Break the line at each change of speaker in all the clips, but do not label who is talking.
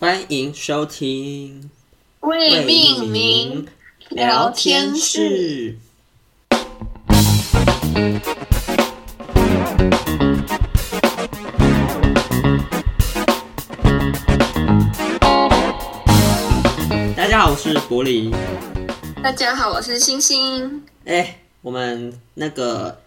欢迎收听
为命名聊天室。。
大家好，我是柏林。
大家好，我是星星。
哎、我们那个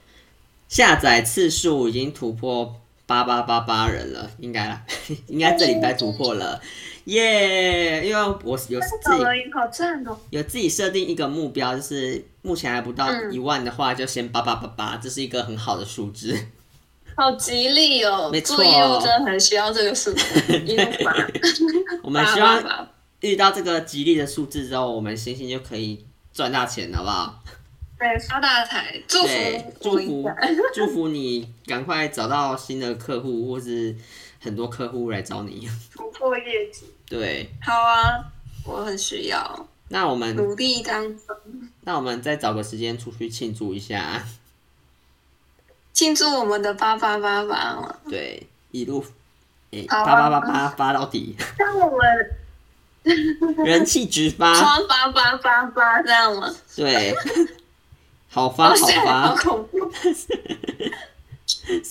下载次数已经突破八八八八人了，应该啦， 应该这礼拜突破了，耶、因为我有自己
已，好赞哦！
有自己设定一个目标，就是目前还不到
嗯
一万的话，就先八八八八，这是一个很好的数字。
好吉利哦！
没错
做业务真的很需要这个数字，一路发。
我们
发
希
发
望
发
遇到这个吉利的数字之后，我们星星就可以赚大钱，好不好？
对发大财，祝
对，
福
祝
我一
福
下。
祝福你赶快找到新的客户，或是很多客户来找你。
突破业绩。
对，
好啊，我很需要，
那我们
努力当中
那我们再找个时间出去庆祝一下，啊
庆祝我们的八八八八嘛。
对，一路诶
嗯好
八
啊
八八八发到底，
像我们
人气直发，
穿八八八八这样吗？
对，好发
哇
好
塞好
发，
恐怖！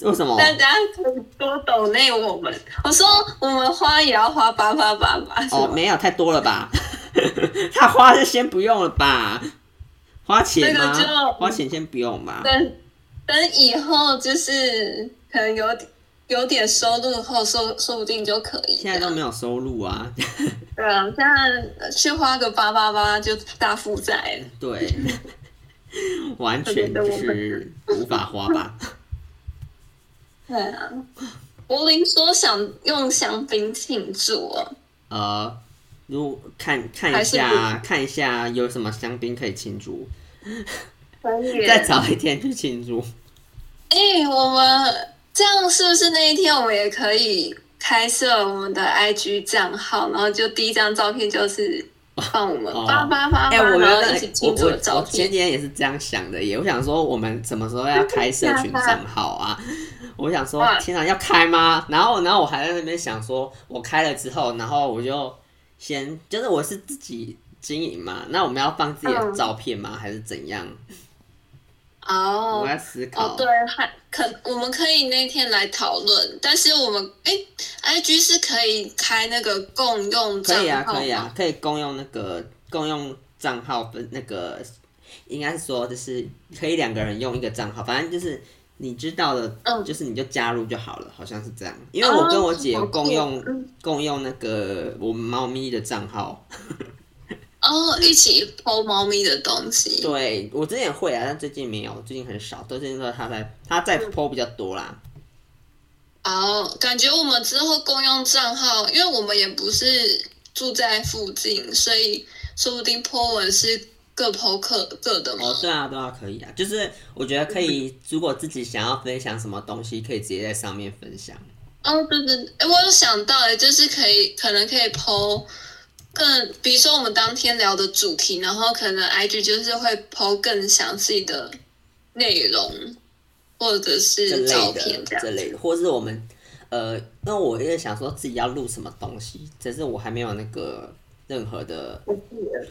为什么？哦
大家可以多抖内我们。我说我们花也要花八八八八，是
哦，
吗？
没有太多了吧？ 他花就先不用了吧？花钱吗？
这个就
花钱先不用吧？
等等以后就是可能有点有点收入后，说说不定就可以。
现在都没有收入啊，
对啊，现在去花个八八八就大负债了。
对，完全就是无法花 吧？
对啊，柏林说想用香槟庆祝哦，
呃，如看看一
还是
下，看一下有什么香槟可以庆祝，
可以
再早一天去庆祝。
哎、我们这样是不是那一天我们也可以开设我们的 IG 账号，然后就第一张照片就是放我们
哦
八八八八，
哎、我原
然后一
本
起
我
庆祝的
我
照
我前
片。
几天也是这样想的耶，我想说我们什么时候要开社 群账号啊？我想说
哇
天啊，要开吗？然后然后我还在那边想说，我开了之后，然后我就先就是我是自己经营嘛，那我们要放自己的
嗯
照片吗？还是怎样？
哦
我在思考。
哦，对，还可我们可以那天来讨论，但是我们哎、i g 是可以开那个共用账
可以啊，
号
可以啊，
吗
可以共用那个共用账号分那个，应该是说就是可以两个人用一个账号，反正就是你知道的，
嗯
就是你就加入就好了，好像是这样。因为我跟我姐有
哦
共用、
嗯
共用那个我们猫咪的账号，
哦，一起剖猫咪的东西。
对我之前会啊，但最近没有，最近很少，最近都是她在她在
嗯
PO 比较多啦。
哦，感觉我们之后共用账号，因为我们也不是住在附近，所以说不定 po 文是各 po 各各的
哦
嘛，。
对啊，对啊，可以啊，就是我觉得可
嗯
以，如果自己想要分享什么东西，可以直接在上面分享。
哦，对对，对哎，我有想到，哎，就是可以，可能可以 po 更，比如说我们当天聊的主题，然后可能 IG 就是会 po 更详细的内容，或者
这
是
类
照片
的
这样
这。类的，或是我们呃，那我也想说自己要录什么东西，只是我还没有那个任何的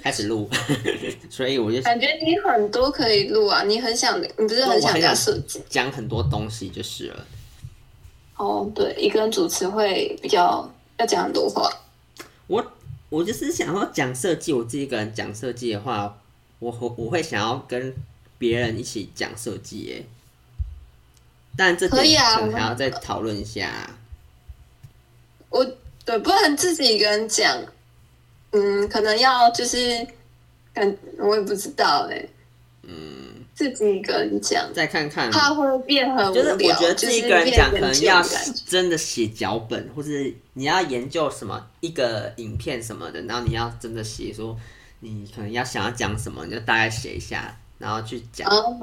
开始录， 所以我就
感觉你很多可以录啊，你很想，你不是
哦
很
我
想
很
要
想
设计？
讲很多东西就是了。
哦，对，一个人主持会比较要讲很多话。
我我就是想要讲设计，我自己一个人讲设计的话，我我我会想要跟别人一起讲设计耶。但这
可以
点
啊
可能
我
还
们
要再讨论一下、
我对，不然自己一个人讲，嗯，可能要就是感，我也不知道哎、
嗯，
自己一个人讲，
再看看。
怕会变很无
就是
聊。
我觉得自
就是
己一个人讲，可
变成
能要
旧感
真的写脚本，或是你要研究什么一个影片什么的，然后你要真的写说你可能要想要讲什么，你就大概写一下，然后去讲，
哦，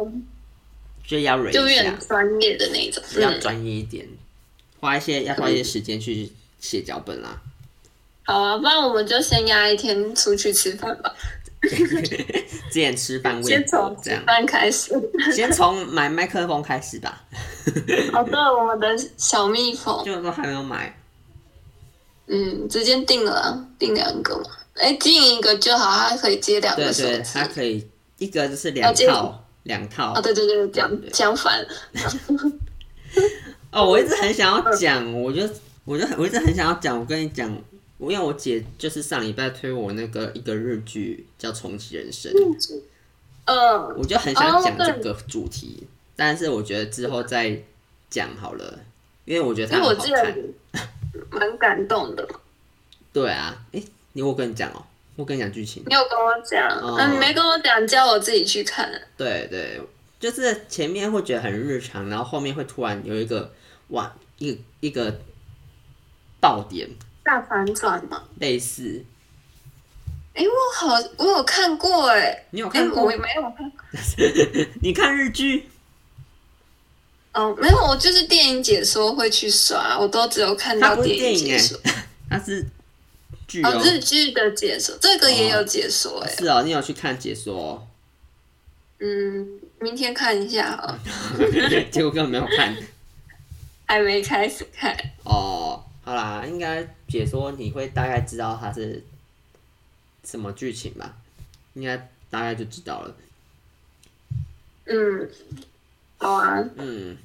就要蕊
就
一下
变，专业的那种。
比较
嗯，
专业一点，花一些要花一些时间去写脚本啦。
好啊，不然我们就先压一天出去吃饭吧，
之前吃饭未
先
果
从
这
吃
样，
饭开始。
先从买麦克风开始吧，
哦，对，我们的小蜜蜂，
就都还没有买，
嗯，直接定了啊，定两个嘛。哎，进一个就好，它可以接两
对
个手
对，
机
它。可以一个就是两
要接
套，两套
哦，。对对对，讲
对
讲反了。
哦，我一直很想
嗯
要讲，我就我就很我一直很想要讲，我跟你讲，因为我姐就是上礼拜推我那个一个日剧叫《重启人生》，
嗯，
我就很想讲
哦
这个主题，但是我觉得之后再讲好了，因为我觉得
因
它
为
很
我
好
记
看
得。蛮感动的，
对啊，诶，你我跟你讲哦，我跟你讲剧情。
你有跟我讲，
哦
嗯，你没跟我讲，叫我自己去看。
对对，就是前面会觉得很日常，然后后面会突然有一个哇，一一个爆点，
大反转嘛？
类似
哎，我好，我有看过哎，
你有
哎，
看
我
过？
没有看，
你看日剧？
哦，没有，我就是电影解说会去刷，我都只有看
它
到
不是
影
电影
解
哎
说。
它是剧
哦
哦，，
日剧的解说，这个也有解说哎、
是哦，你有去看解说、哦？
嗯，明天看一下啊，
结果根本没有看
还没开始看。
哦。好啦，应该解说你会大概知道它是什么剧情吧？应该大概就知道了。
嗯，好啊，
嗯，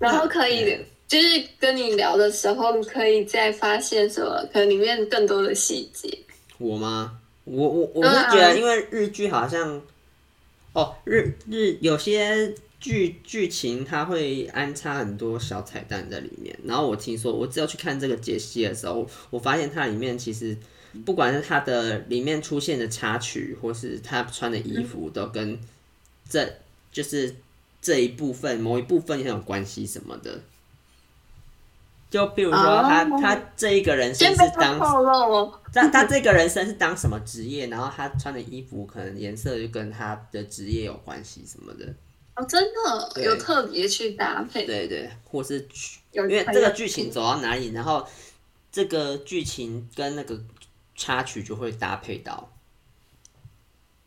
然后可以就是跟你聊的时候，可以再发现什么，可能里面更多的细节。
我吗？我我我
对
是
啊
觉得，因为日剧好像，哦，日日有些剧剧情它会安插很多小彩蛋在里面。然后我听说，我只有去看这个解析的时候，我发现它里面其实不管是它的里面出现的插曲，或是他穿的衣服，都跟这就是这一部分某一部分很有关系什么的。就比如说
哦
他、他这一个人是
先
不
被
是
他
当
透露哦。
他他这个人生是当什么职业，然后他穿的衣服可能颜色就跟他的职业有关系什么的，
哦，真的
对
有特别去搭配，
对对，或是去
有
因为这个剧情走到哪里，然后这个剧情跟那个插曲就会搭配到，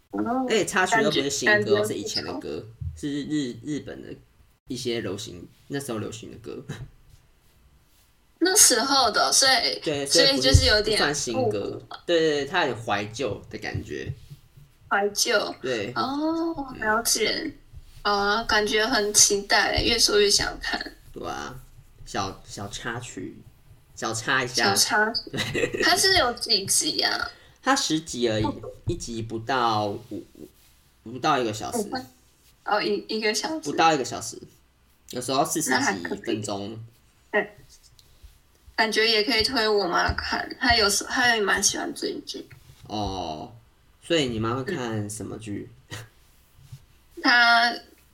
哦
而且插曲又不是新
感觉
歌，
感觉
是以前的歌，是日日本的一些流行那时候流行的歌，
那时候的，所以
对，
所
以
以
不
就是有
不算
点
新歌，对对对，它有点怀旧的感觉，
怀旧。
对，
哦，了解。好啊，感觉很期待，越说越想看。
对啊，小小插曲，小插一下
小。插曲， 它是有几集啊？
它十集而已，一集不到五不到一个小时，
哦，一一个小
不
时，
到一个小时，有时候四十
那还可
几
以
分钟。
感觉也可以推我妈看。她有时她也蛮喜欢追剧，
哦，所以你妈会看什么剧
她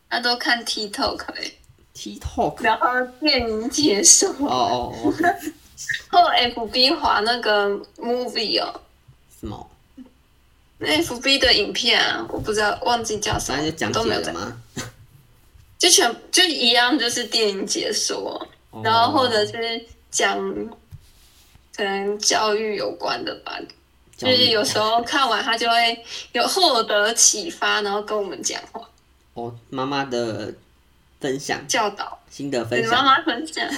她都看 TikTok，、欸、
？TikTok。
然后电影解说，
哦哦 哦，
后 FB 滑那个 movie 哦，
什么？
那 FB 的影片啊，我不知道忘记叫什
反
么，
正就讲
都没
解
有
了
在，
吗？
就全就一样，就是电影解说。
哦
然后或者是讲可能教育有关的吧，就
教育
是有时候看完他就会有获得启发，然后跟我们讲话
哦，妈妈的分享，
教导，
新的分
跟妈
享，
妈分享。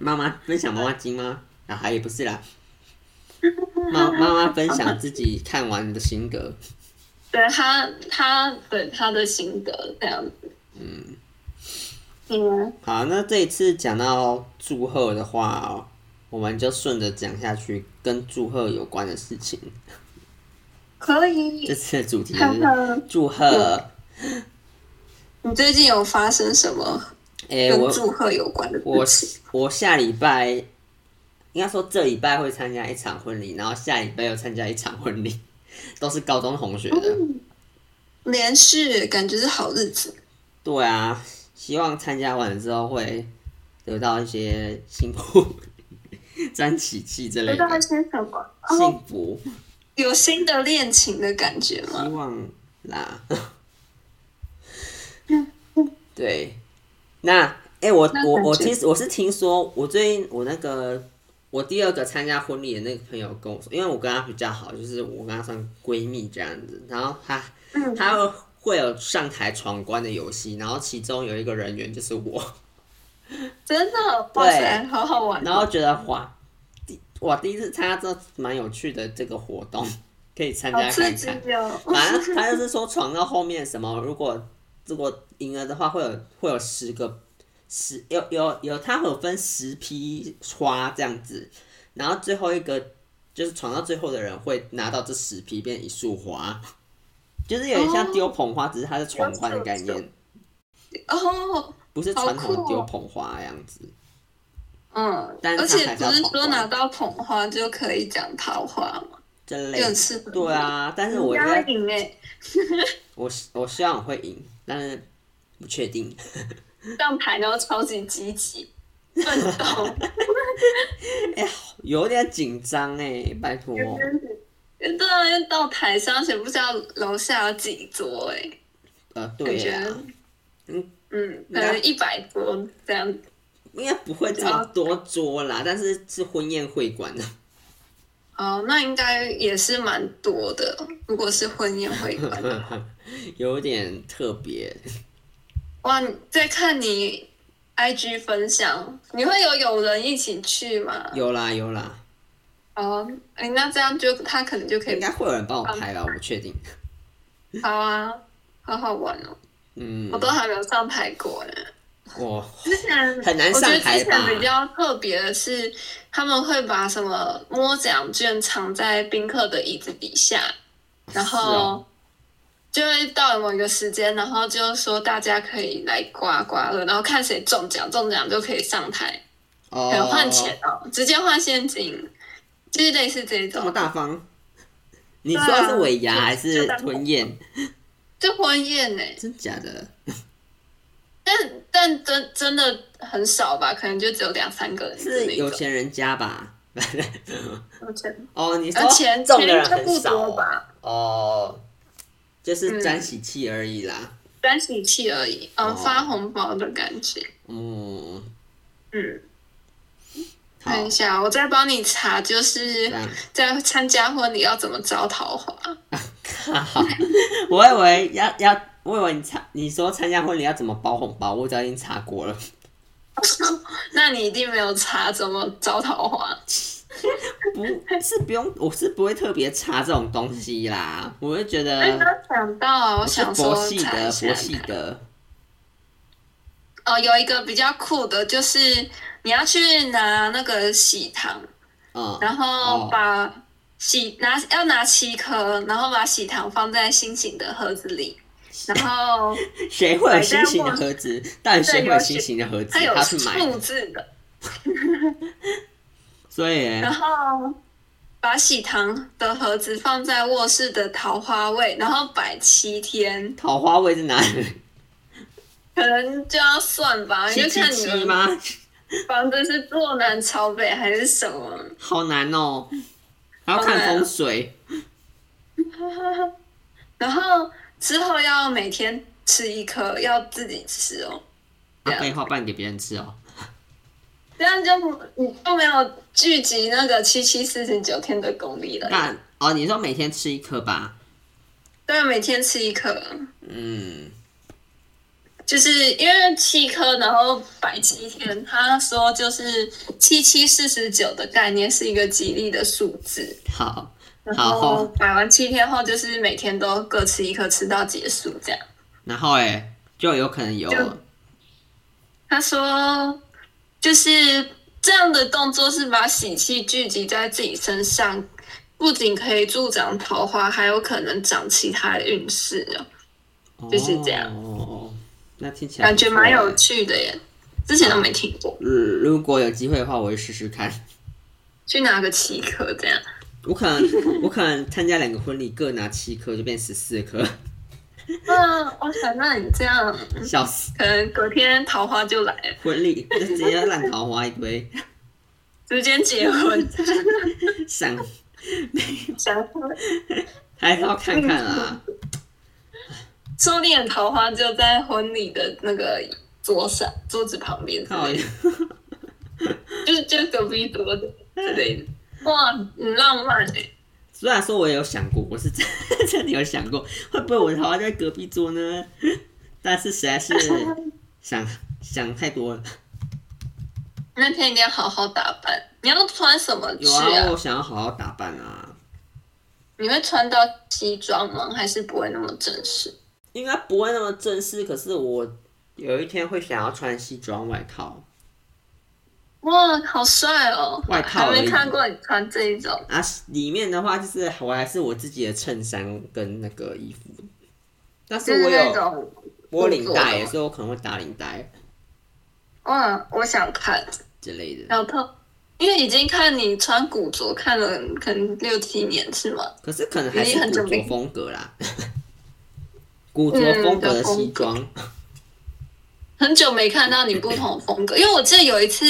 妈妈分享妈妈经吗？啊，也不是啦，妈妈妈分享自己看完的心得。
对他，他对他的心得这样子。嗯，你呢？
好，那这一次讲到祝贺的话、哦，我们就顺着讲下去，跟祝贺有关的事情。
可
这
以
次的主题
看
是
看
祝贺。
你最近有发生什么
哎、
跟
我
祝贺有关的
我
事情？
我下礼拜，应该说这礼拜会参加一场婚礼，然后下礼拜又参加一场婚礼， 都是高中同学的。
哦连续感觉是好日子，
对啊，希望参加完之后会得到一些幸福、 沾喜气之类
知道一
的
些什么？哦，
幸福，
有新的恋情的感觉吗？
希望啦。对，那哎、我
嗯那
我我
感觉
听我是听说，我最近我那个我第二个参加婚礼的那个朋友跟我说，因为我跟她比较好，就是我跟她算闺蜜这样子，然后她
嗯
她会会有上台闯关的游戏，然后其中有一个人员就是我，
真的，哇塞，好好玩哦。
然后觉得哇，第哇，第一次参加这蛮有趣的这个活动，可以参
好
加
刺
看
激
看。
哦！
反 正他就是说闯到后面什么，如果如果赢了的话，会有会有十个十有有有，他会有分十批花这样子，然后最后一个就是闯到最后的人会拿到这十批变一束花，就是有点像丢捧花，只是它是闯花的概念，
哦，
不是传统
好
的
酷哦
丢捧花那样子。
嗯，
但是
而且
它
不
还是
是
要捧
说
花
拿到捧花就可以讲桃花吗？
这类
就很适合。
对，啊，但是我觉
家
得
会赢哎，
我我希望我会赢，但是不确定。
上牌都超级积极奋 斗，
有点紧张哎，拜托。
哦对啊，因为到台上，而且不知道楼下有几桌哎，
呃，
感
对
觉
呀、
嗯，可能一百桌这样子。
应该不会这么多桌啦，但是是婚宴会馆的，
哦，那应该也是蛮多的。如果是婚宴会馆，
有点特别。
哇！你再看你 IG 分享，你会有有人一起去吗？
有啦有啦，
哦，哎、那这样就他可能就可
应
以
该会有人帮我拍吧，我不确定。
好啊，好好玩哦！
嗯
我，都还没有上台过呢。
我
之前
很难
我觉
上
得
台
之前
吧？
比较特别的是，他们会把什么摸奖券藏在宾客的椅子底下，然
是哦
后就会到了某一个时间，然后就说大家可以来刮刮乐，然后看谁中奖，中奖就可以上台，
哦
还有换钱哦，直接换现金，就是类似这
这么
种，
大方？你
对啊
说的是尾牙
就
还
就是当
婚宴？
就婚宴呢、
真假的？
但但真真的很少吧，可能就只有两三个人之
是
类的
有钱人家吧？
有钱，
哦，你说
而钱
中的人
钱就
很
不
少
多
哦
吧。
哦，就是
嗯
沾喜气而已啦。
沾喜气而已，嗯、
哦
发红包的感觉。
嗯，
嗯，
好，
看一下，我再帮你查，就是
这样。
在参加婚礼要怎么招 桃花。
好， 我以为要要，我以为你参你说参加婚礼要怎么包红包，我早已经查过了。
那你一定没有查怎么招桃花，
不是不用，我是不会特别查这种东西啦。我就觉
哎、
得
没有想到啊，我
我是
想说
佛呃系
查
的，
一
佛
下。
系的。
哦，有一个比较酷的，就是你要去拿那个喜糖，
嗯，
然后
哦
把喜拿要拿七颗，然后把喜糖放在心形的盒子 里，然后
谁会有心形的盒子？到底谁会有心形的盒子？
它有
他去买的，
数字的。
所以
然后把喜糖的盒子放在卧室的桃花位，然后摆七天，
桃花位是哪 里？
可能就要算吧，
七
啊就
七
看你
七
们
吗？
房子是坐南朝北还是什么。
好难哦，还要
好难
看
哦
风水。
然后之后要每天吃一颗，要自己吃哦，
那
对啊
废话，不然给别人吃哦。
这样就不你就没有聚集那个七七四十九天的功力了。
那哦，你说每天吃一颗吧？
对，每天吃一颗，
嗯，
就是因为七颗，然后摆七天，他说就是七七四十九的概念是一个吉利的数字，
好。
然
好
后摆完七天后就是每天都各吃一颗，吃到结束这样。
然后哎、就有可能有
就他说就是这样的动作是把喜气聚集在自己身上，不仅可以助长桃花，还有可能长其他的运势哦，就是这样
哦，那听起来
感觉蛮有
不错
趣的耶，之前都没听过，
欸。如如果有机会的话，我会试试看。
去拿个七颗这样。
我可能我可能参加两个婚礼，各拿七颗，就变十四颗，
那我想，那你这样，
笑死！
可能隔天桃花就来了，
婚礼就直接烂桃花一堆，
直接结婚，
想
想
还是要看看啦。
说不定桃花就在婚礼的那个桌上桌子旁边之
靠
类的，，就是就隔壁桌的之类的。哇，很浪漫哎、
虽然说我也有想过，我是真真的有想过，会不会我的桃花在隔壁桌呢？但是实在是想想太多了。
那天一定要好好打扮。你要穿什么去
有啊，我想要好好打扮啊，
你会穿到西装吗？还是不会那么正式？
应该不会那么正式，可是我有一天会想要穿西装外套
哇，好帅哦！
外套
还
而
没
已
看过你穿这一种。
啊，里面的话就是我还是我自己的衬衫跟那个衣服，但
就是
我
是那
有
种，
拨领带，
工作的
所以我可能会打领带
哇，我想看，
之类的。
小特，因为已经看你穿古着看了可能六七年是吗？
可是可能还
已
是
经很久
古着
没
风格 啦，古着风格的西
嗯
装，
很久没看到你不同风格，因为我记得有一次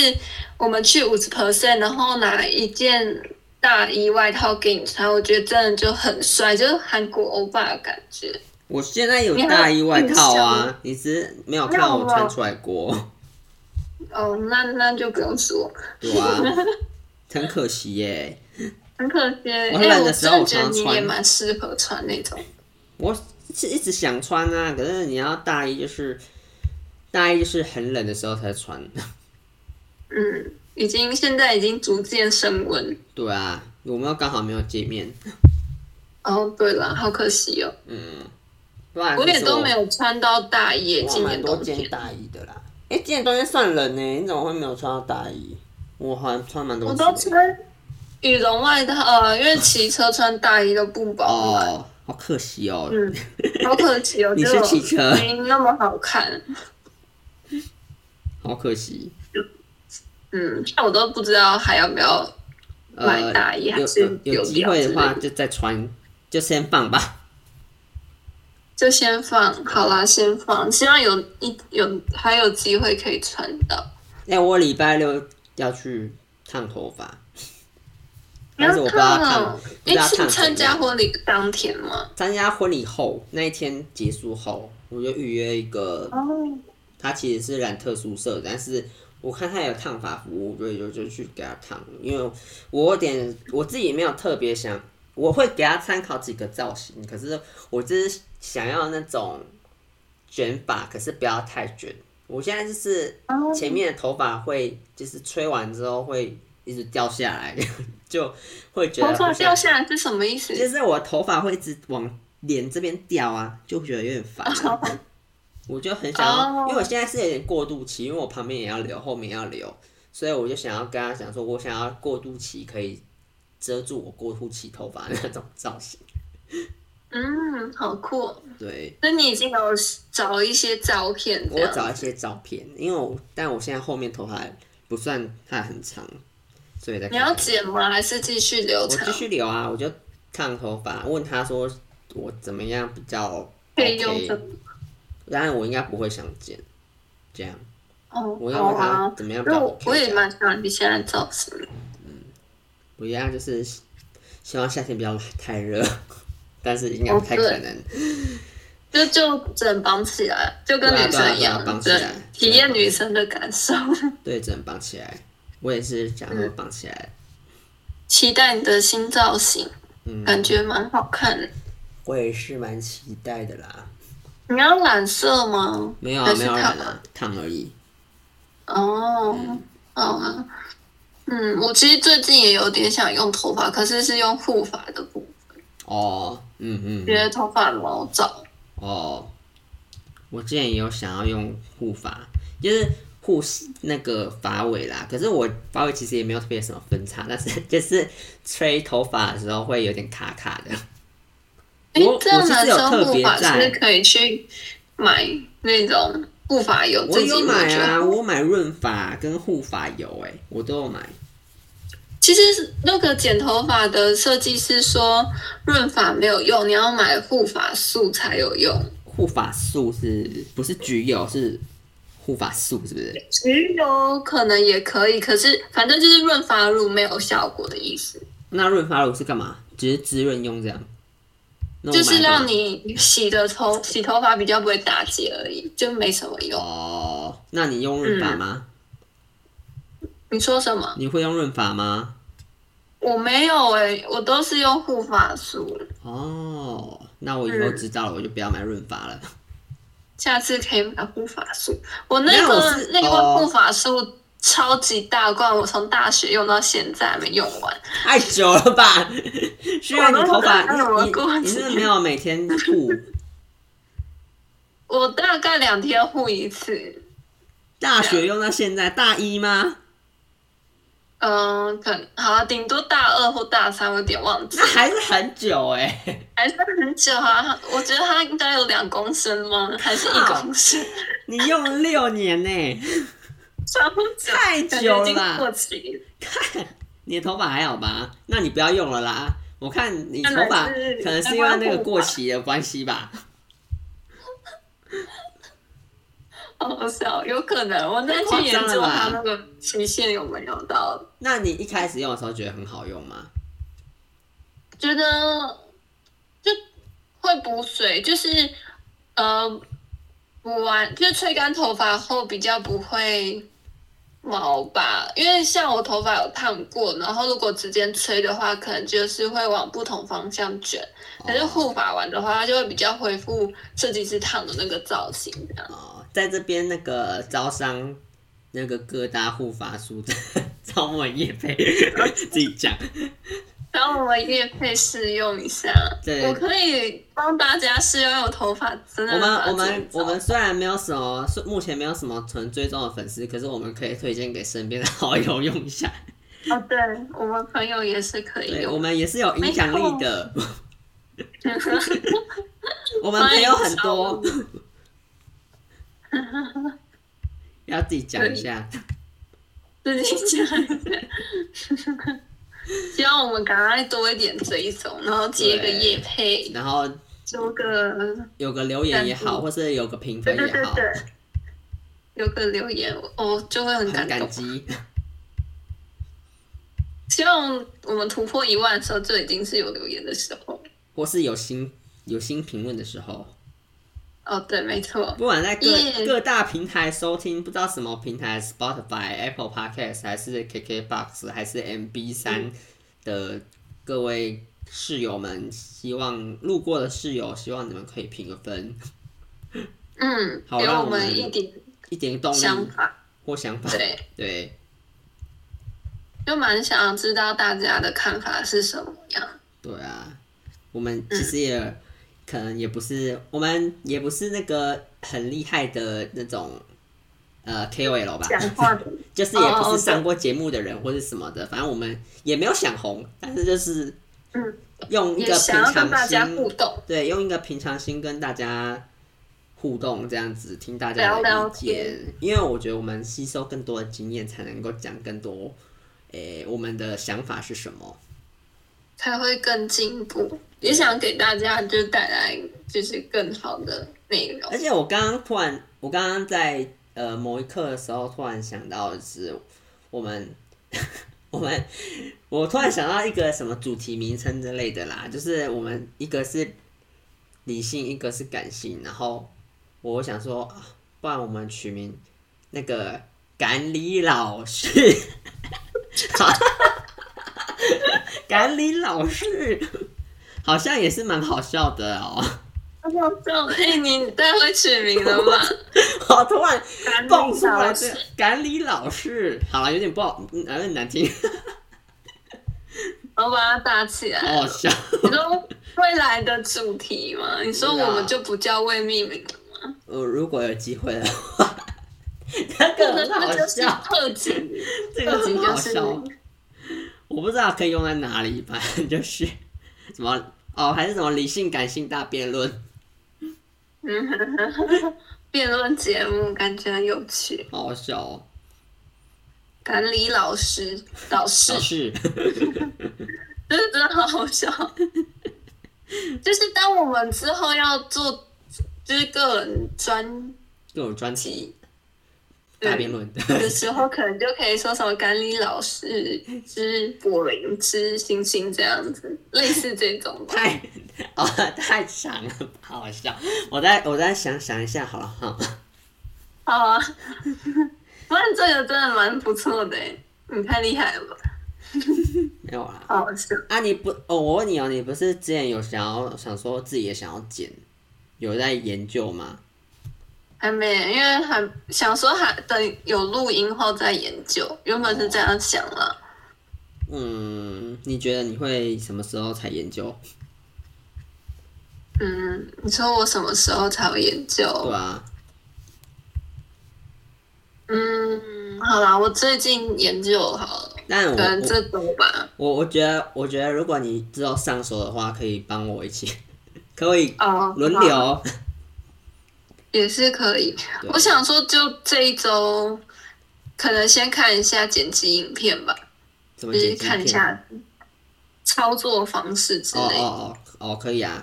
我们去五十 percent，然后拿一件大衣外套给你穿，我觉得真的就很帅，就是韩国欧巴的感觉。
我现在有大衣外套啊，你只是没有看
没有
我
吧
穿出来过，
哦，那那就不用说，
对 啊，很可惜耶。
很可惜。因
我
为
懒
我
的时
真
候
的觉得
我常
你
穿
也蛮适合穿那种。
我是一直想穿啊，可是你要大衣就是大衣就是很冷的时候才穿，
嗯，已经现在已经逐渐升温。
对啊，我们又刚好没有见面，
哦，对了，好可惜哦，
嗯，不然
我也
其实
都没有穿到大衣耶，
我
今
蛮
年
多
冬天
件。大衣的啦。哎、今年冬天算冷呢、你怎么会没有穿到大衣？我好像穿蛮多
我
次
都
的。
穿羽绒外套，呃，因为骑车穿大衣都不保暖。
哦，好可惜哦。
嗯，好可惜哦，
你
这
是
种
骑车，
没那么好看。
好可惜。
嗯，那我都不知道还要不要。
呃
买，大衣还
有
是
有有
有
机会
料之
的
类
话
的
就再穿，就先放吧。
就先放好啦，先放，希望有一有还有机会可以穿到。
哎、我礼拜六要去烫头发，但是我不知道
看
烫
哦，，
不
哎
知道，
是
烫什
参
么
加
样。
婚礼当天吗？
参加婚礼后那一天结束后，我就预约一个，
哦，
他其实是染特殊色，但是我看他有烫发服务，所以就就去给他烫。因为我有点我自己没有特别想，我会给他参考几个造型，可是我就是想要那种卷发，可是不要太卷。我现在就是
哦
前面的头发会就是吹完之后会一直掉下来， 就会觉得
头发
好像
掉下来是什么意思？
就是我头发会一直往脸这边掉啊，就觉得有点烦啊、我就很想要
哦
因为我现在是有点过渡期，因为我旁边也要留，后面也要留，所以我就想要跟他讲说，我想要过渡期可以遮住我过渡期头发的那种造型。
嗯，好酷。
对，
那你已经有找一些照片这
我
样？
找一些照片，因为我但我现在后面头发不算太很长，所以再
你
看看
要剪吗？还是继续留
我
长
继？续留啊，我就烫头发，问他说我怎么样比较
可以用
OK，
什
当然我应该不会想剪，这样
哦，
我要
好
问他
啊。
怎么样比
那
较
我
OK，
我也
这样
蛮喜欢你现在造型的，
我一样就是希望夏天不要太热， 但是应该
哦
不太可能。
就就整绑起来，就跟
对啊
女
对啊
生一
对啊
样，
绑起
对
来
体验女生的感受。
对，只能绑起来。我也是想要绑起来。
期待你的新造型，
嗯，
感觉蛮好看的。
我也是蛮期待的啦。
你要染色吗？
没有啊，
还是
没有
烫
染啊，烫而已。
哦，好啊。嗯，我其实最近也有点想用头发，可是是用护发的部分，
哦，嗯嗯
觉
嗯，
得头发毛躁。
哦，我之前也有想要用护发，就是护那个发尾啦。可是我发尾其实也没有特别什么分叉，但是 就是吹头发的时候会有点卡卡的。
哎
我，
这样
我其实
男
有
生
特
护
别
发是不
在
是可以去买那种护发油？
我
自己
有买
觉
啊，
得
我有买润发跟护发油、欸，我都有买。
其实那个剪头发的设计师说，润发没有用，你要买护发素才有用。
护发素是不是焗油？是护发素是不是？
焗油可能也可以，可是反正就是润发乳没有效果的意思，
那润发乳是干嘛？只是滋润用这样？那我买
就是
干嘛
让你洗的头洗头发比较不会打结而已，就没什么用。
哦，那你用润发吗？
你说什么？
你会用润发吗？
我没有哎、我都是用护发素，
哦，那我以后
嗯
知道了，我就不要买润发了。
下次可以买护发素。我
没
那
有我
个
是
那
哦
个护发素超级大罐，我从大学用到现在还没用完。
太久了 吧？虽然你头发，
我都不知道我过
你你你是不是没有每天 护，
我大概两天护一次，
大学用到现在大一吗？
嗯，可能好、啊，顶多大二或大三，我有点忘记
那，还是很久哎、
还是很久啊。我觉得它应该有两公升吗？还是一
啊
公升？
你用了六年呢、
超久，
太久了吧
感觉已经过期了。
看你的头发还好吧？那你不要用了啦。我看你头
看来
发
是
可能是因为那个过期的关系吧。
好好笑，有可能我再去研究它那个期限有没有到，
那你一开始用的时候觉得很好用吗？
觉得就会补水，就是呃补完就是吹干头发后比较不会毛吧，因为像我头发有烫过，然后如果直接吹的话，可能就是会往不同方向卷，可是
哦
护发完的话，它就会比较恢复设计师烫的那个造型这样。
哦，在这边那个招商那个各大护发素的 招募业配，自己讲。
然后我们也可以试用一下，
对
我可以帮大家试用，因为我头发 真的
我们我
很难
们
剪
我们虽然没有什么，是目前没有什么纯追踪的粉丝，可是我们可以推荐给身边的好友用一 下。
哦，对我们朋友也是可以
对，
用
我，们也是有影响力的。我们朋友很多
欢迎，
要自己讲一下。
自己讲一下。希望我们赶快多一点追踪，然后接个
对
夜配，
然后
做个
有个留言也
赞
好，
助
或是有个评分
对对
也
对
好，
对，有个留言，我就会很
很
感
感
动。
激。
希望我们突破一万的时候，就已经是有留言的时候。
或是有新有新评论的时候，
哦，对，没错，
不管在各
Yeah
各大平台收听，不知道什么平台，Spotify、Apple Podcast 还是 KKBox 还是 MB 三的各位室友们，希望路过的室友，希望你们可以评个分，
嗯，
好
给
让
我
我们
们一点
一点动
想
力
法，
或想法。
对。
对
就蛮想知道大家的看法是什么样。
对啊，我们其实也、可能也不是，我们也不是那个很厉害的那种呃 KOL 吧，
话的，
就是也不
哦哦
是上过节目的人或是什么的，反正我们也没有想红，但是就是
嗯，
用一
也
个
想要
平
跟大
常
家互
心，
动，
对，用一个平常心跟大家互动，这样子听大家
聊
的
聊
意见，因为我觉得我们吸收更多的经验，才能够讲更多，诶、我们的想法是什么？
才会更进步。也想给大家就带来就是更好的内容
而。且我刚刚突然，我刚刚在呃某一刻的时候，突然想到的是我们 我们我突然想到一个什么主题名称之类的啦，就是我们一个是理性，一个是感性，然后我想说，啊不然我们取名那个感理老师， 感理老师好像也是蛮好笑的哦。
哎，你太会取名了 吧？
我突然
感理
蹦出来
老
这
师
个感理老师，好了，有点不好，嗯有点难 听，
我把它打起
好
来。
好笑。
你说未来的主题吗？你
啊
说我们就不叫未命名，
我呃如果有机会的话，那个很好
那就是
笑，
特辑，
这个
特辑
很好
就是
笑。我不知道可以用在哪里，反正就是什么哦，还是什么理性感性大辩论，
辩论节目，感觉很有趣。
好好笑哦。
管理老师，老师
老师，
真的真的好好笑。就是当我们之后要做就是个人专
各种专题
辑
大辩论，
的时候，可能就可以说什么管理老师之柏林之星星这样子，类似这种 吧。
太哦太长了，好好笑。我再我再想想一下好了哈。
好啊，不然这个真的蛮不错的欸，你太厉害了吧，
没有啦，
好好笑。
啊，你不哦？我问你哦，你不是之前有想要想说自己也想要剪，有在研究吗？
还没，因为还想说还等有录音后再研究，原本是这样想啦。
嗯，你觉得你会什么时候才研究？
嗯，你说我什么时候才会研
对
究？
啊，
嗯，好啦，我最近研究好了，
但我
可能
我
这周吧。
我我觉得，我觉得如果你之后上手的话，可以帮我一起，可以
哦，
轮
好
流。
也是可以
对。
我想说，就这一周，可能先看一下剪辑影片吧，
怎么
就是
剪辑
看一
片
下操作方式之
哦
类的。
哦哦哦，可以啊，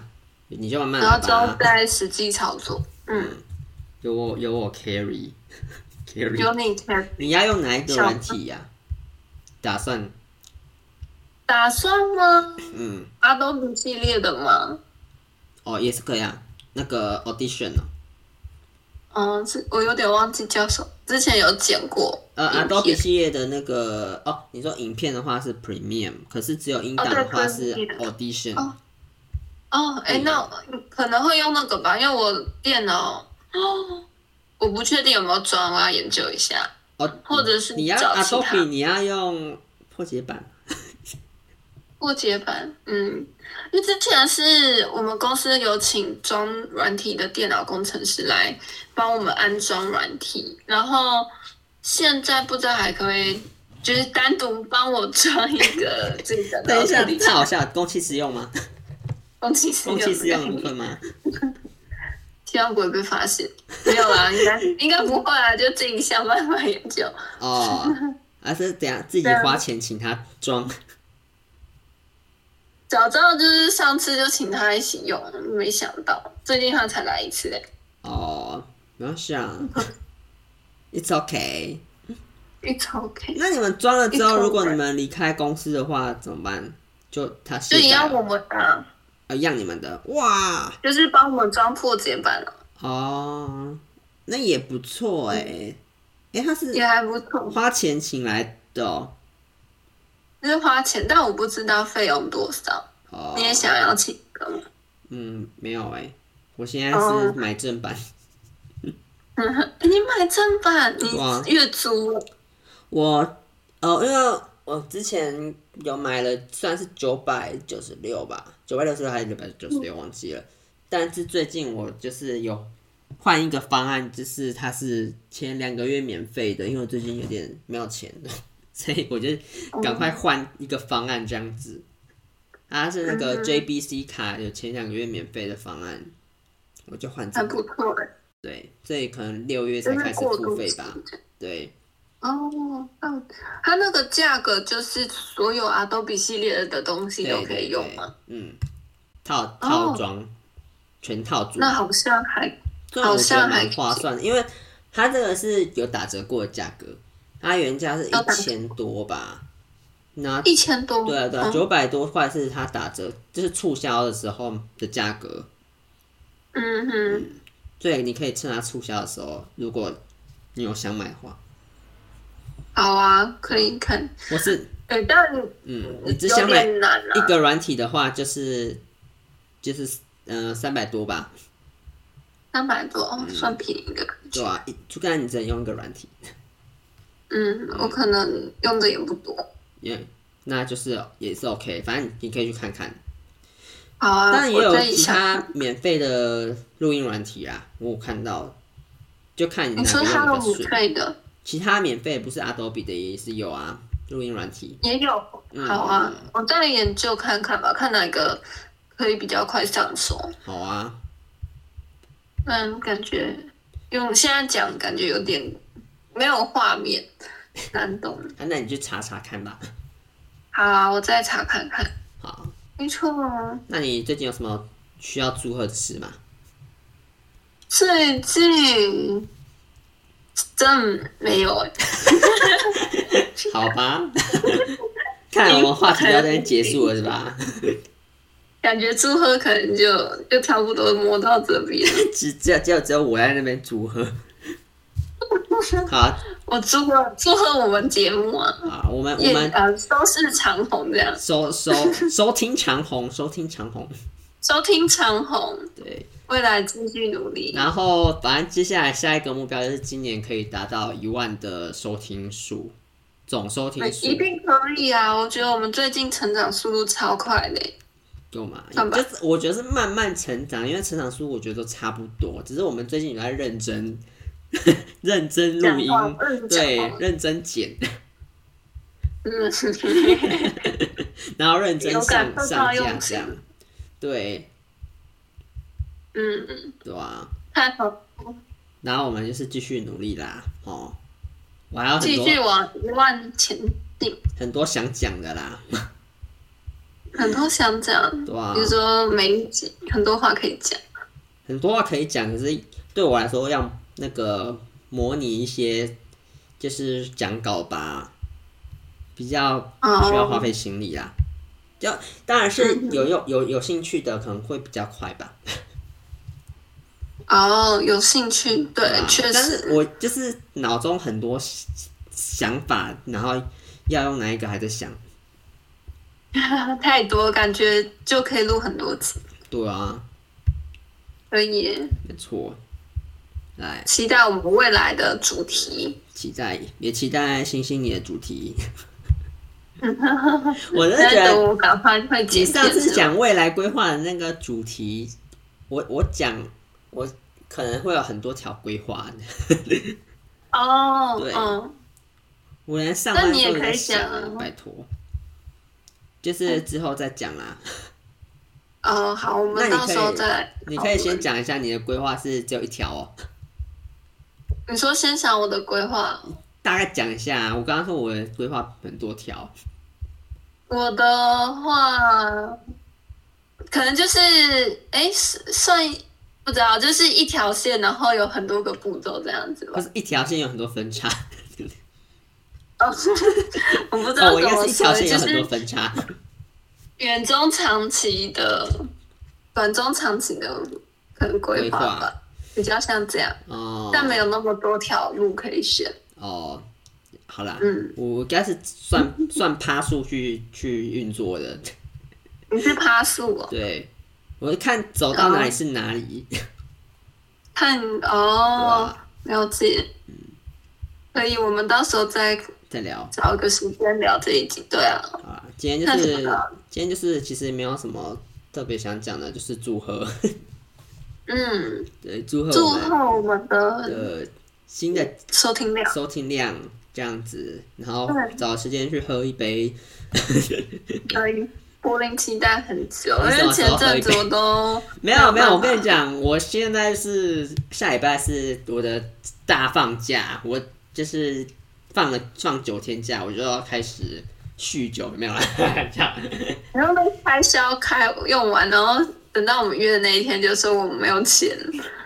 你就慢慢
然后
来
之后
吧。
再实际操作。嗯，
有我有我 carry carry，
有你看，
你要用哪一个
小
软体呀、打算
打算吗
嗯
？Adobe 系列的吗？
哦也是可以啊，那个 audition 哦，
嗯，是我有点忘记叫什么，之前有剪过。
呃
影片
Adobe 系列的那个哦，你说影片的话是 Premium，可是只有音档的话是
哦对对
audition，、
哦哦，哎、
嗯
那我可能会用那个吧，因为我电脑，哦，我不确定有没有装，我要研究一下。
哦，
或者是
你要
找其他
Adobe 你要用破解 版
过节版，嗯，因为之前是我们公司有请装软体的电脑工程师来帮我们安装软体，然后现在不知道还可不可以，就是单独帮我装一个这个。
等一下，
然后处理
太好笑了，公器私用 吗？
公器私
公器私用的部
用，
分吗？
希望不会被发现。没有啦， 应该应该不会啊，就自己想办法研究。
哦，还是等一下自己
对啊
花钱请他装。
早知道就是上次就请他一起用，没想到最近他才来一次、欸，
哦，没关系啊，It's okay。
，It's OK。
那你们装了之
It's
后，
alright
如果你们离开公司的话，怎么办？就他卸
就
载
一样，我
了，
们啊，
呃，让你们的哇
就是帮我们装破解版啊了。
哦，那也不错哎、欸，哎、他是
也还不错，
花钱请来的哦，
就是花钱，但我不知道费用多少。
哦
你也想要请一个吗？
嗯，没有哎、我现在是
哦
买正版，
你买正版，你
哇
月租
我哦，因为我之前有买了，算是九百九十六吧，九百六十六还是九百九十六，忘记了。但是最近我就是有换一个方案，就是它是前两个月免费的，因为我最近有点没有钱了， 所以我就
嗯
赶快换一个方案这样子。它是那个
嗯
JBC 卡有前两个月免费的方案，我就换这
还
个。
不错哎、
对，所以可能六月
就
才开
是
始
过
付
渡
费
期
吧。对，
哦，那它那个价格就是所有 Adobe 系列的东西都
对
可
对
以用吗？哦
对嗯，套套装、全套组，
那好像还
这样我觉得
好像还
蛮划算的，因为它这个是有打折过的价格，它原价是
有
一
打折
千多吧，
哦
那
一千多，
对啊对啊，
嗯
九百多块是它打折，就是促销的时候的价格，
嗯哼，
所以你可以趁它促销的时候，如果你有想买的话，
好啊，可以看。
我是
哎、但
嗯，你只
有
想买
点难
一
啊。
个软体的话，就是就是嗯三百多吧，
三百多、哦
嗯
算便宜的感觉
对。啊，一就看你只能用一个软体。
嗯，我可能用的也不多。
也、那就是也是 OK，反正你可以去看看。
好啊，
当然也
我
有
再
其
想
他 免费的录音软体啦，我有看到，就看你哪
你
个
说
用
它有
的
免
比较顺。
费的
其他免费不是 Adobe 的也是有啊，录音软体。
也有，
嗯
好啊，我再研究看看吧，看哪个可以比较快上手。
好啊，
嗯，感觉用现在讲感觉有点没有画面，难懂。
啊那你去查查看吧。
好啊，我再查看看。
好，
没错啊，
那你最近有什么需要祝贺的事吗？
最近真没有欸
好吧， 看来我们话题到这边结束了是吧？
感觉祝贺可能就就差不多摸到这边。
只只有只有只有我在那边祝贺。好啊
我祝贺祝贺我们节目啊，
好，我们我
也
们
呃收视长虹这样。
收收收听长虹，收听长虹，
收听长虹，
对，
未来继续努力。
然后，反正接下来下一个目标就是今年可以达到一万的收听数，总收听数
一定可以啊！我觉得我们最近成长速度超快欸嘞、
有嘛？
看吧
就是我觉得是慢慢成长，因为成长速度我觉得都差不多，只是我们最近有在认真 认真录音
讲话，认真
对
讲话，
认真剪，
嗯，
然后认真
有感
上
受
上
到
架
用
这
心
样，对
嗯嗯，
对啊，
太好了，
然后我们就是继续努力啦，哦，我还有很
继
多
续往一万前进。
很多想讲的啦，
很多想讲，
对啊
比，如说每一集很多话可以讲。
很多话可以讲，可是对我来说要那个模拟一些就是讲稿吧，比较需要花
哦，嗯
费心力啦。就当然是有有有有兴趣的，可能会比较快吧。
哦，有兴趣，对
啊，
确
但是
实，
我就是脑中很多想想法，然后要用哪一个还在想。
太多，感觉就可以录很多集。
对啊，
可以耶，
没错。来，
期待我们未来的主题。
期待也期待星星你的主 题。我真的觉
在等
得
我赶快会
你
剪
上
片
次
子。
讲未来规划的那个主题，我我讲我可能会有很多条规划，
哦，
对
嗯，
我连上
那
班
你也
都有
可
在
以
想
讲嗯
啊
啊，
拜托，就是之后再讲啦。
哦，好，我
那
们
你
到时候
可以
再来。
你可以先。讲一下你的规划是只有一条哦，
你说先想我的规划，
大概讲一下啊。我刚刚说我的规划很多条，
我的话，可能就是哎，是算不知道，就是一条线，然后有很多个步骤这样子吧
不。是一条线有很多分叉，
哦，我不
哦，
知道
我应
怎
该
么
是一条线
说，就
有很多
是
分叉。
远中长期的、短中长期的可能规划
规划
吧，比较像这样，
哦，
但没有那么多条路可以选。
哦，好啦，
嗯
我应该是算算趴数去去运作的，
你是爬树哦，
对。我就看走到哪里是哪里，
看
对啊嗯
哦，
吧？
了解。可以，我们到时候再
再聊。
找个时间聊这一集。对啊，
好啦，今天就
那
是
什么
今天就是其实没有什么特别想讲的，就是祝贺，
嗯，
对，祝贺
祝
我们
贺我们的
的新的
收听量。
收听量这样子，然后
对
找时间去喝一杯，
可以，柏林期待很久，
你
因
什么
为
时
前
候
阵子
喝一杯
我都
没有没
没
有，
有办法
我跟你讲，我现在是下礼拜是我的大放假，我就是放了放九天假，我就要开始酗酒，有没有啦？ 这样
然后被开销开用完，然后等到我们约的那一天，就说我们没有钱，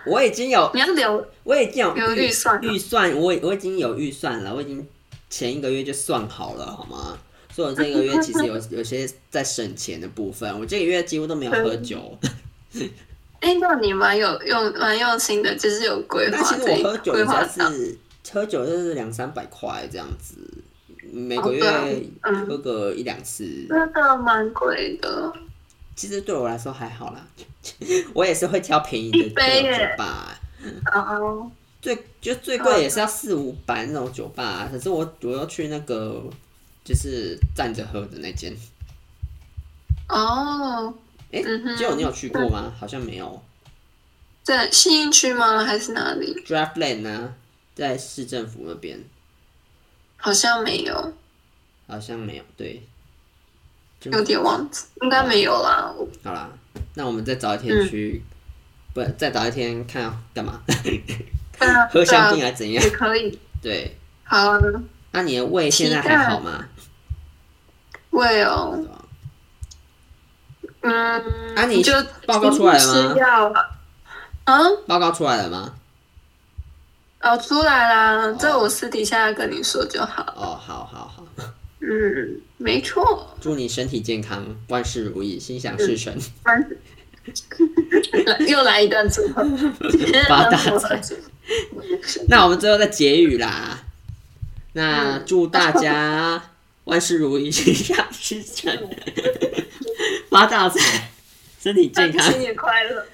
我已经有
你要留
我已经有
有预算啊
预算，我我已经有预算了，我已经前一个月就算好了，好吗？所以我这个月其实 有有些在省钱的部分，我这个月几乎都没有喝酒。
嗯哎，那你蛮有用蛮用心的，就是有 规
但
划
其实
这
我
一个
喝酒
规
也
划
才
上，
是喝酒就是两三百块这样子，每个
哦对
月
嗯
喝个一两次，
那个蛮贵的，
其实对我来说还好啦。 我也是会挑便宜的
一杯
那种
耶
酒吧，
然后
最就最
嗯
贵也是要四五百那种酒吧、啊可是我我要去那个就是站着喝的那间，
哦，
哎、
嗯哼嗯
结果你有去过吗？好像没有。
在信义区吗？还是哪里？
Draft Lane 呢，啊在市政府那边
好像没有，
好像没有，对，就
有点忘记，应该没有啦。我
好啦，那我们再找一天
嗯
去，不再找一天看要干嘛？
对啊，
喝
对啊
香槟还是怎样
也？可以。
对，
好啊，
那你的胃现在
期待
还好吗？
喂哦
对，吧
嗯，
啊你
就
报告出来了吗
吃药啊？啊，
报告出来了吗？
哦，出来啦，这我私底下跟你说就好。
哦，好好好，
嗯，没错，
祝你身体健康，万事如意，心想事成，
反正又来一段组 合，
发大 财。那我们最后再结语啦。那
嗯
祝大 家万事如意，心想事成，发大财，身体健康
新。年快乐！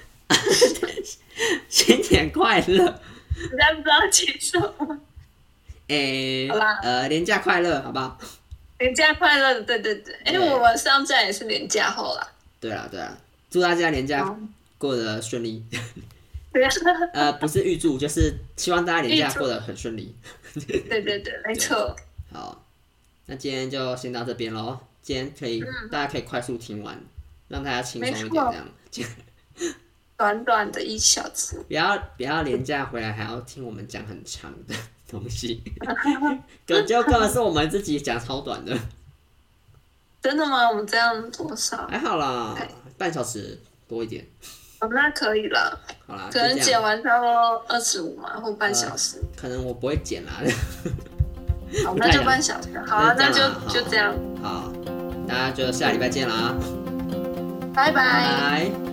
新年快乐！
实在不知道接什么。
诶、
好啦
呃，年假快乐，好不好？
年假快乐，对对对，哎、
对
我们上站也是年假后啦。哦
对啦，对啦，祝大家年假
好
过得顺利。
对啊，
呃，不是预祝，就是希望大家年假
预祝
过得很顺利。
对对对，没错。
好，那今天就先到这边喽。今天可以，大家可以快速听完，让大家轻松一
嗯
点，
没错
这样
短短的一小时，
不要不要廉价回来还要听我们讲很长的东 西，根就根本是我们自己讲超短的，
真的吗？我们这样多少？
还好啦，半小时多一点，
哦，那可以了，
好啦，
可
啊就
能
这
剪
样。
完差不多二十五嘛，或半小时。
可能我不会剪啦，嗯
好，
不太
那就
了
半小时。好啊，
那
那
就
就
这样啊好
就这样，
好，大家就下礼拜见啦，
拜拜
拜。